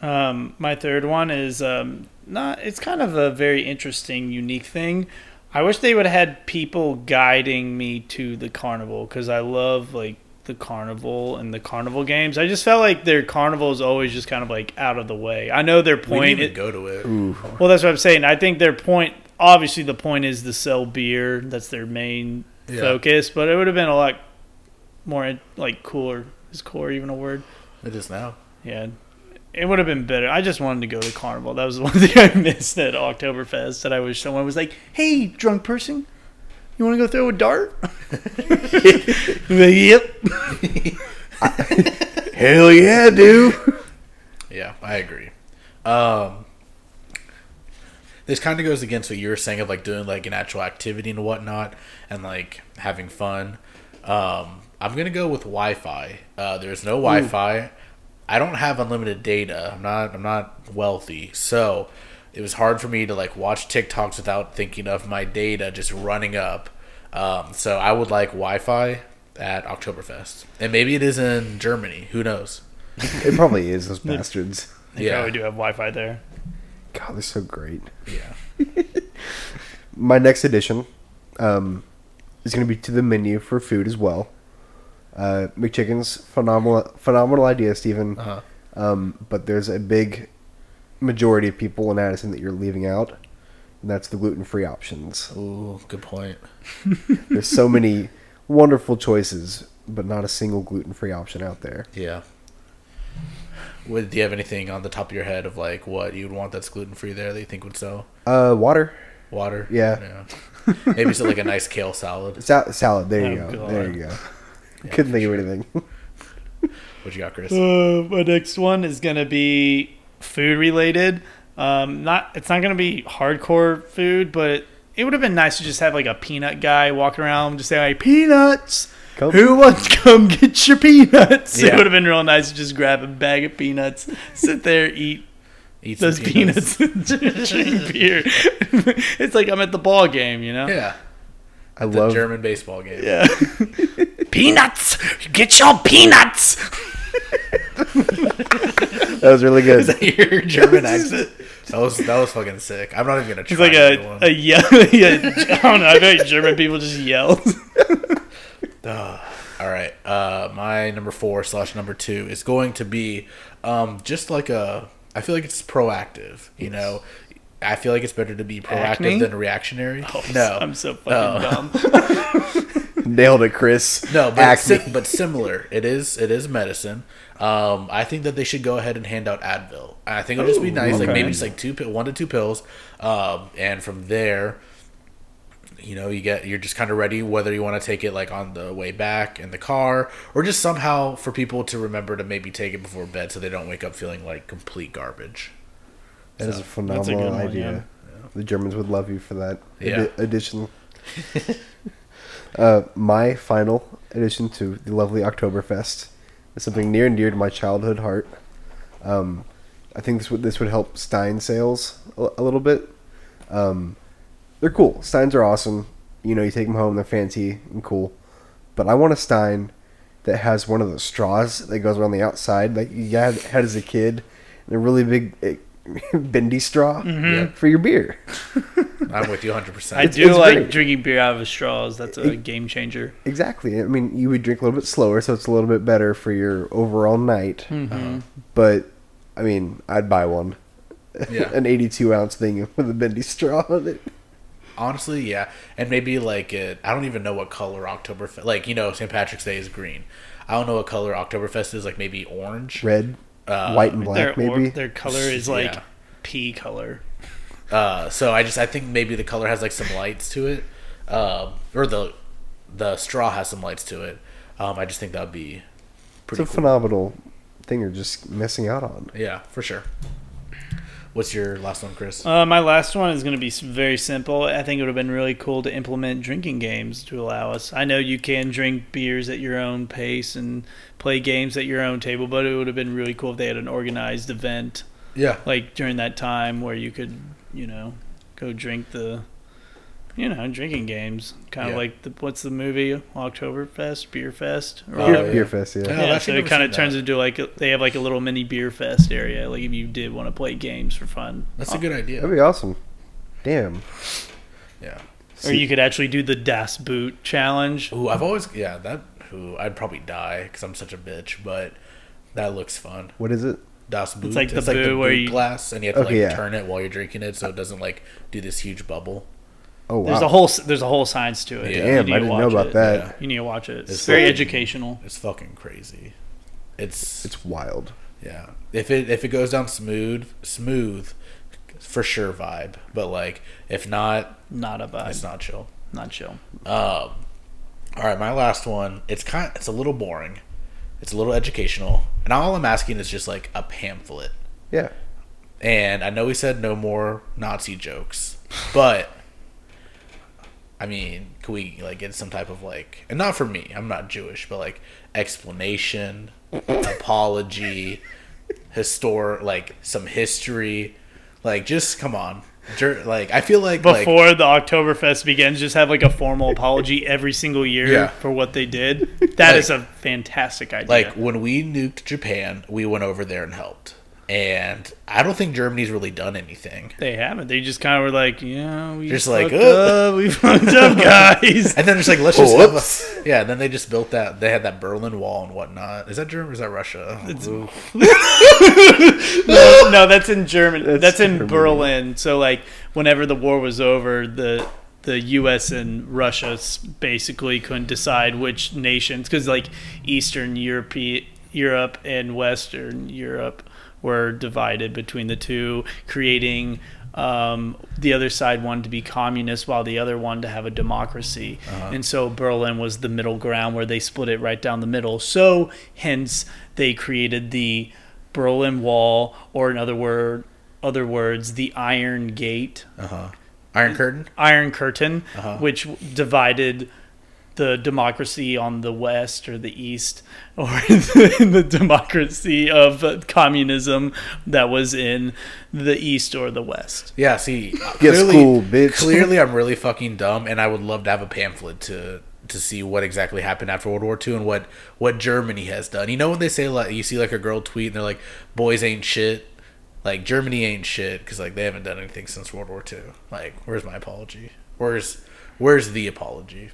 S3: Um, my third one is um, not. It's kind of a very interesting, unique thing. I wish they would have had people guiding me to the carnival because I love like the carnival and the carnival games. I just felt like their carnival is always just kind of like out of the way. I know their
S1: We didn't
S3: point.
S1: even
S3: it-
S1: go to it.
S3: well, that's what I'm saying. I think their point. Obviously, the point is to sell beer. That's their main
S1: Yeah.
S3: focus. But it would have been a lot more like cooler. Is core even a word?
S1: It is now.
S3: Yeah. It would have been better. I just wanted to go to Carnival. That was the *laughs* one thing I missed at Oktoberfest that I wish someone was like, hey, drunk person, you want to go throw a dart? *laughs* yep.
S2: Hell yeah, dude.
S1: Yeah, I agree. Um, this kind of goes against what you were saying of like doing like an actual activity and whatnot, and like having fun. Um, I'm gonna go with Wi-Fi. Uh, there's no Wi-Fi. I don't have unlimited data. I'm not. I'm not wealthy, so it was hard for me to like watch TikToks without thinking of my data just running up. Um, so I would like Wi-Fi at Oktoberfest, and maybe it is in Germany. Who knows?
S2: It probably
S1: *laughs*
S2: is those bastards.
S3: They probably do have Wi Fi there.
S2: God, they're so great.
S1: Yeah.
S2: *laughs* My next addition um, is going to be to the menu for food as well. Uh, McChicken's phenomenal, phenomenal idea, Stephen.
S1: Uh-huh.
S2: Um, but there's a big majority of people in Addison that you're leaving out, and that's the gluten-free options.
S1: Ooh, good point.
S2: There's so many wonderful choices, but not a single gluten-free option out there.
S1: Yeah. Would do you have anything on the top of your head of like what you would want that's gluten free there that you think would sell?
S2: Uh, water,
S1: Water.
S2: Yeah.
S1: Yeah. Maybe so like a nice kale salad.
S2: Sa- salad. There you
S3: Oh,
S2: go.
S3: God.
S2: There you go. Couldn't think of anything.
S1: What you got, Chris?
S3: Uh, my next one is going to be food related. Um, not It's not going to be hardcore food, but it would have been nice to just have like a peanut guy walking around just saying, like, peanuts.
S2: Come-
S3: Who wants to come get your peanuts? It
S1: Yeah.
S3: would have been real nice to just grab a bag of peanuts, sit there, eat
S1: Eat some
S3: those peanuts, and *laughs* drink beer. it's like I'm at the ball game, you know?
S1: Yeah.
S2: I
S1: The
S2: love
S1: German baseball game.
S3: Yeah. peanuts! Get your *laughs* peanuts!
S2: that. Was really good.
S1: Your German accent. That was that was fucking sick. I'm not even gonna try
S3: It's like
S1: to do
S3: a,
S1: one.
S3: a yell. *laughs* yeah, I don't know. I bet German people just yell. *laughs*
S1: All right. Uh, my number four slash number two is going to be um, just like a. I feel like it's proactive. You know, I feel like it's better to be proactive
S3: Acne?
S1: than reactionary. no,
S3: no. I'm so fucking dumb.
S2: Nailed it, Chris.
S1: no, but,
S2: Acme.
S1: si- but similar. It is it is medicine. Um, I think that they should go ahead and hand out Advil. I think it'll just be nice, like
S3: okay.
S1: maybe just like two, pi- one to two pills, um, and from there, you know, you get you're just kind of ready whether you want to take it like on the way back in the car or just somehow for people to remember to maybe take it before bed so they don't wake up feeling like complete garbage.
S2: That is a
S3: That's a
S2: phenomenal
S3: good one,
S2: idea.
S1: Yeah.
S2: The Germans would love you for that
S1: Yeah.
S2: edi- addition. uh, my final addition to the lovely Oktoberfest is something near and dear to my childhood heart. Um, I think this would this would help Stein sales a, a little bit. Um, they're cool. Steins are awesome. You know, you take them home, they're fancy and cool. But I want a Stein that has one of those straws that goes around the outside, like you had, had as a kid, and a really big eh, *laughs* bendy straw
S1: Yeah.
S2: for your beer.
S1: I'm with you 100.
S3: I
S1: percent
S3: do
S2: it's
S3: like
S2: great.
S3: drinking beer out of a straws. That's a
S2: It-
S3: game changer.
S2: Exactly. I mean, you would drink a little bit slower, so it's a little bit better for your overall night.
S3: Mhm.
S2: But I mean, I'd buy one.
S1: Yeah.
S2: *laughs* An 82 ounce thing with a bendy straw on it.
S1: Honestly, yeah, and maybe like it, I don't even know what color Oktoberfest. Like you know, St. Patrick's Day is green. I don't know what color Oktoberfest is. Like maybe orange.
S2: Red,
S1: Uh,
S2: white, and
S3: their,
S2: black,
S3: or-
S2: maybe.
S3: their color is like
S1: Yeah.
S3: pea color.
S1: Uh, so I just I think maybe the color has like some lights to it, um, or the the straw has some lights to it. Um, I just think that'd be
S2: It's
S1: pretty
S2: a
S1: cool.
S2: phenomenal thing you're just missing out on.
S1: yeah, for sure. What's your last one, Chris?
S3: Uh, my last one is going to be s- very simple. I think it would have been really cool to implement drinking games to allow us. I know you can drink beers at your own pace and play games at your own table, but it would have been really cool if they had an organized event
S1: yeah,
S3: like during that time where you could, you know, go drink the, you know, drinking games. Kind of
S1: Yeah.
S3: like the, what's the movie? Oktoberfest, Beer Fest. or
S1: Oh,
S2: Beer,
S1: yeah.
S2: beer fest, yeah.
S1: Yeah. I've
S3: yeah,
S1: actually
S3: so it
S1: never
S3: kind
S1: seen
S3: of
S1: that.
S3: turns into like a, they have like a little mini beer fest area. Like if you did want to play games for fun,
S1: that's a good idea.
S2: That'd be awesome. Damn.
S1: Yeah.
S3: or you could actually do the Das Boot challenge.
S1: Ooh, I've always yeah that. Ooh, I'd probably die because I'm such a bitch, but that looks fun.
S2: What is it?
S1: Das boot. It's
S3: like
S1: like the,
S3: the
S1: boot
S3: boo where you-
S1: glass, and you have to
S2: Okay,
S1: like
S2: yeah.
S1: turn it while you're drinking it, so it doesn't like do this huge bubble.
S2: Oh, wow.
S3: There's a whole s- there's a whole science to it.
S1: Yeah.
S3: You
S2: Damn,
S3: need
S2: I
S3: to
S2: didn't know
S3: watch
S2: about
S3: it.
S2: that.
S1: Yeah.
S3: You need to watch it. It's,
S1: It's
S3: very
S1: like-
S3: educational.
S1: It's fucking crazy. It's
S2: It's wild.
S1: yeah. If it if it goes down smooth, smooth, for sure vibe. But like if not,
S3: Not a vibe.
S1: it's
S3: Not,
S1: not chill.
S3: chill.
S1: All right, my last one. It's kind. It's a little boring. It's a little educational, and all I'm asking is just like a pamphlet.
S2: Yeah.
S1: And I know we said no more Nazi jokes, but I mean, can we like get some type of like, and not for me, I'm not Jewish, but like explanation, apology, histor, like some history, like just come on, Jer- like I feel like like-
S3: Before the Oktoberfest begins, just have like a
S1: *laughs*
S3: formal apology every single year
S1: Yeah.
S3: for what they did.
S1: *laughs*
S3: That
S1: Like-
S3: is a fantastic idea.
S1: Like when we nuked Japan, we went over there and helped. And I don't think Germany's really done anything.
S3: They haven't. They just kind of were like, yeah, we
S1: Just
S3: just
S1: like,
S3: like
S1: "Uh."
S3: up. *laughs* we fucked
S1: *laughs*
S3: up, guys.
S1: And then it's like let's just have
S2: Oh, Whoops.
S1: a- *laughs* yeah. And then they just built that. They had that Berlin Wall and whatnot. Is that Germany? or Is that Russia? Ooh.
S3: *laughs* no, that's in Germany. That's, in
S2: Germany.
S3: Berlin. So like, whenever the war was over, the the U.S. and Russia s- basically couldn't decide which nations because like Eastern Europe, Europe and Western Europe were divided between the two, creating. Um, the other side wanted to be communist, while the other wanted to have a democracy, and so Berlin was the middle ground where they split it right down the middle. So, hence, they created the Berlin Wall, or in other word, other words, the Iron Gate,
S1: Iron Curtain.
S3: Iron Curtain, which divided the democracy on the west or the east, *laughs* or the, the democracy of communism that was in the east or the west.
S1: Yeah. See, uh,
S2: *laughs* Get schooled, bitch. *laughs*
S1: Clearly, I'm really fucking dumb, and I would love to have a pamphlet to to see what exactly happened after World War II and what what Germany has done. You know when they say like you see like a girl tweet and they're like, "Boys ain't shit." Like Germany ain't shit because like they haven't done anything since World War II. Like, where's my apology? Where's where's the apology?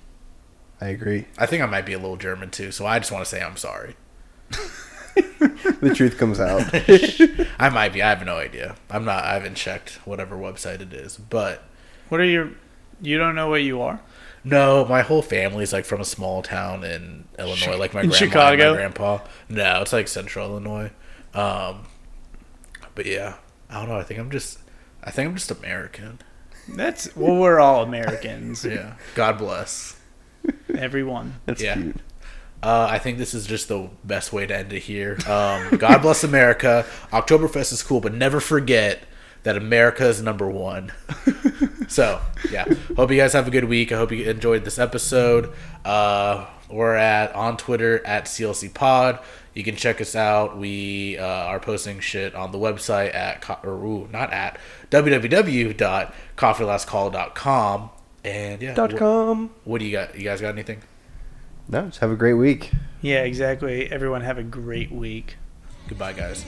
S2: I
S1: *laughs*
S2: agree.
S1: I think I might be a little German too, so I just want to say I'm sorry.
S2: The truth comes
S1: *laughs*
S2: out.
S1: I might be. I have no idea. I'm not. I haven't checked whatever website it is, but
S3: What are your? You don't know what you are.
S1: No, my whole family's like from a small town in Illinois, like my
S3: in
S1: grandma
S3: Chicago?
S1: and my grandpa. No, it's like central Illinois. Um, but yeah, I don't know. I think I'm just, I think I'm just American.
S3: That's well, we're all Americans,
S1: *laughs* Yeah, God bless.
S3: everyone.
S2: That's
S1: Yeah.
S2: cute.
S1: Uh, I think this is just the *laughs* best way to end it here. Um, God bless America. Oktoberfest is cool, but never forget that America is number
S2: *laughs*
S1: one. so yeah, hope you guys have a good week. I hope you enjoyed this episode. Uh, we're at on Twitter at CLC Pod. You can check us out. We uh, are posting shit on the website at co- or ooh, not at www.coffeelastcall.com. And yeah,
S2: Dot
S1: wh-
S2: com.
S1: what do you got? You guys got anything?
S2: No, just have a great week.
S3: Yeah, exactly. Everyone have a great week.
S1: Goodbye, guys.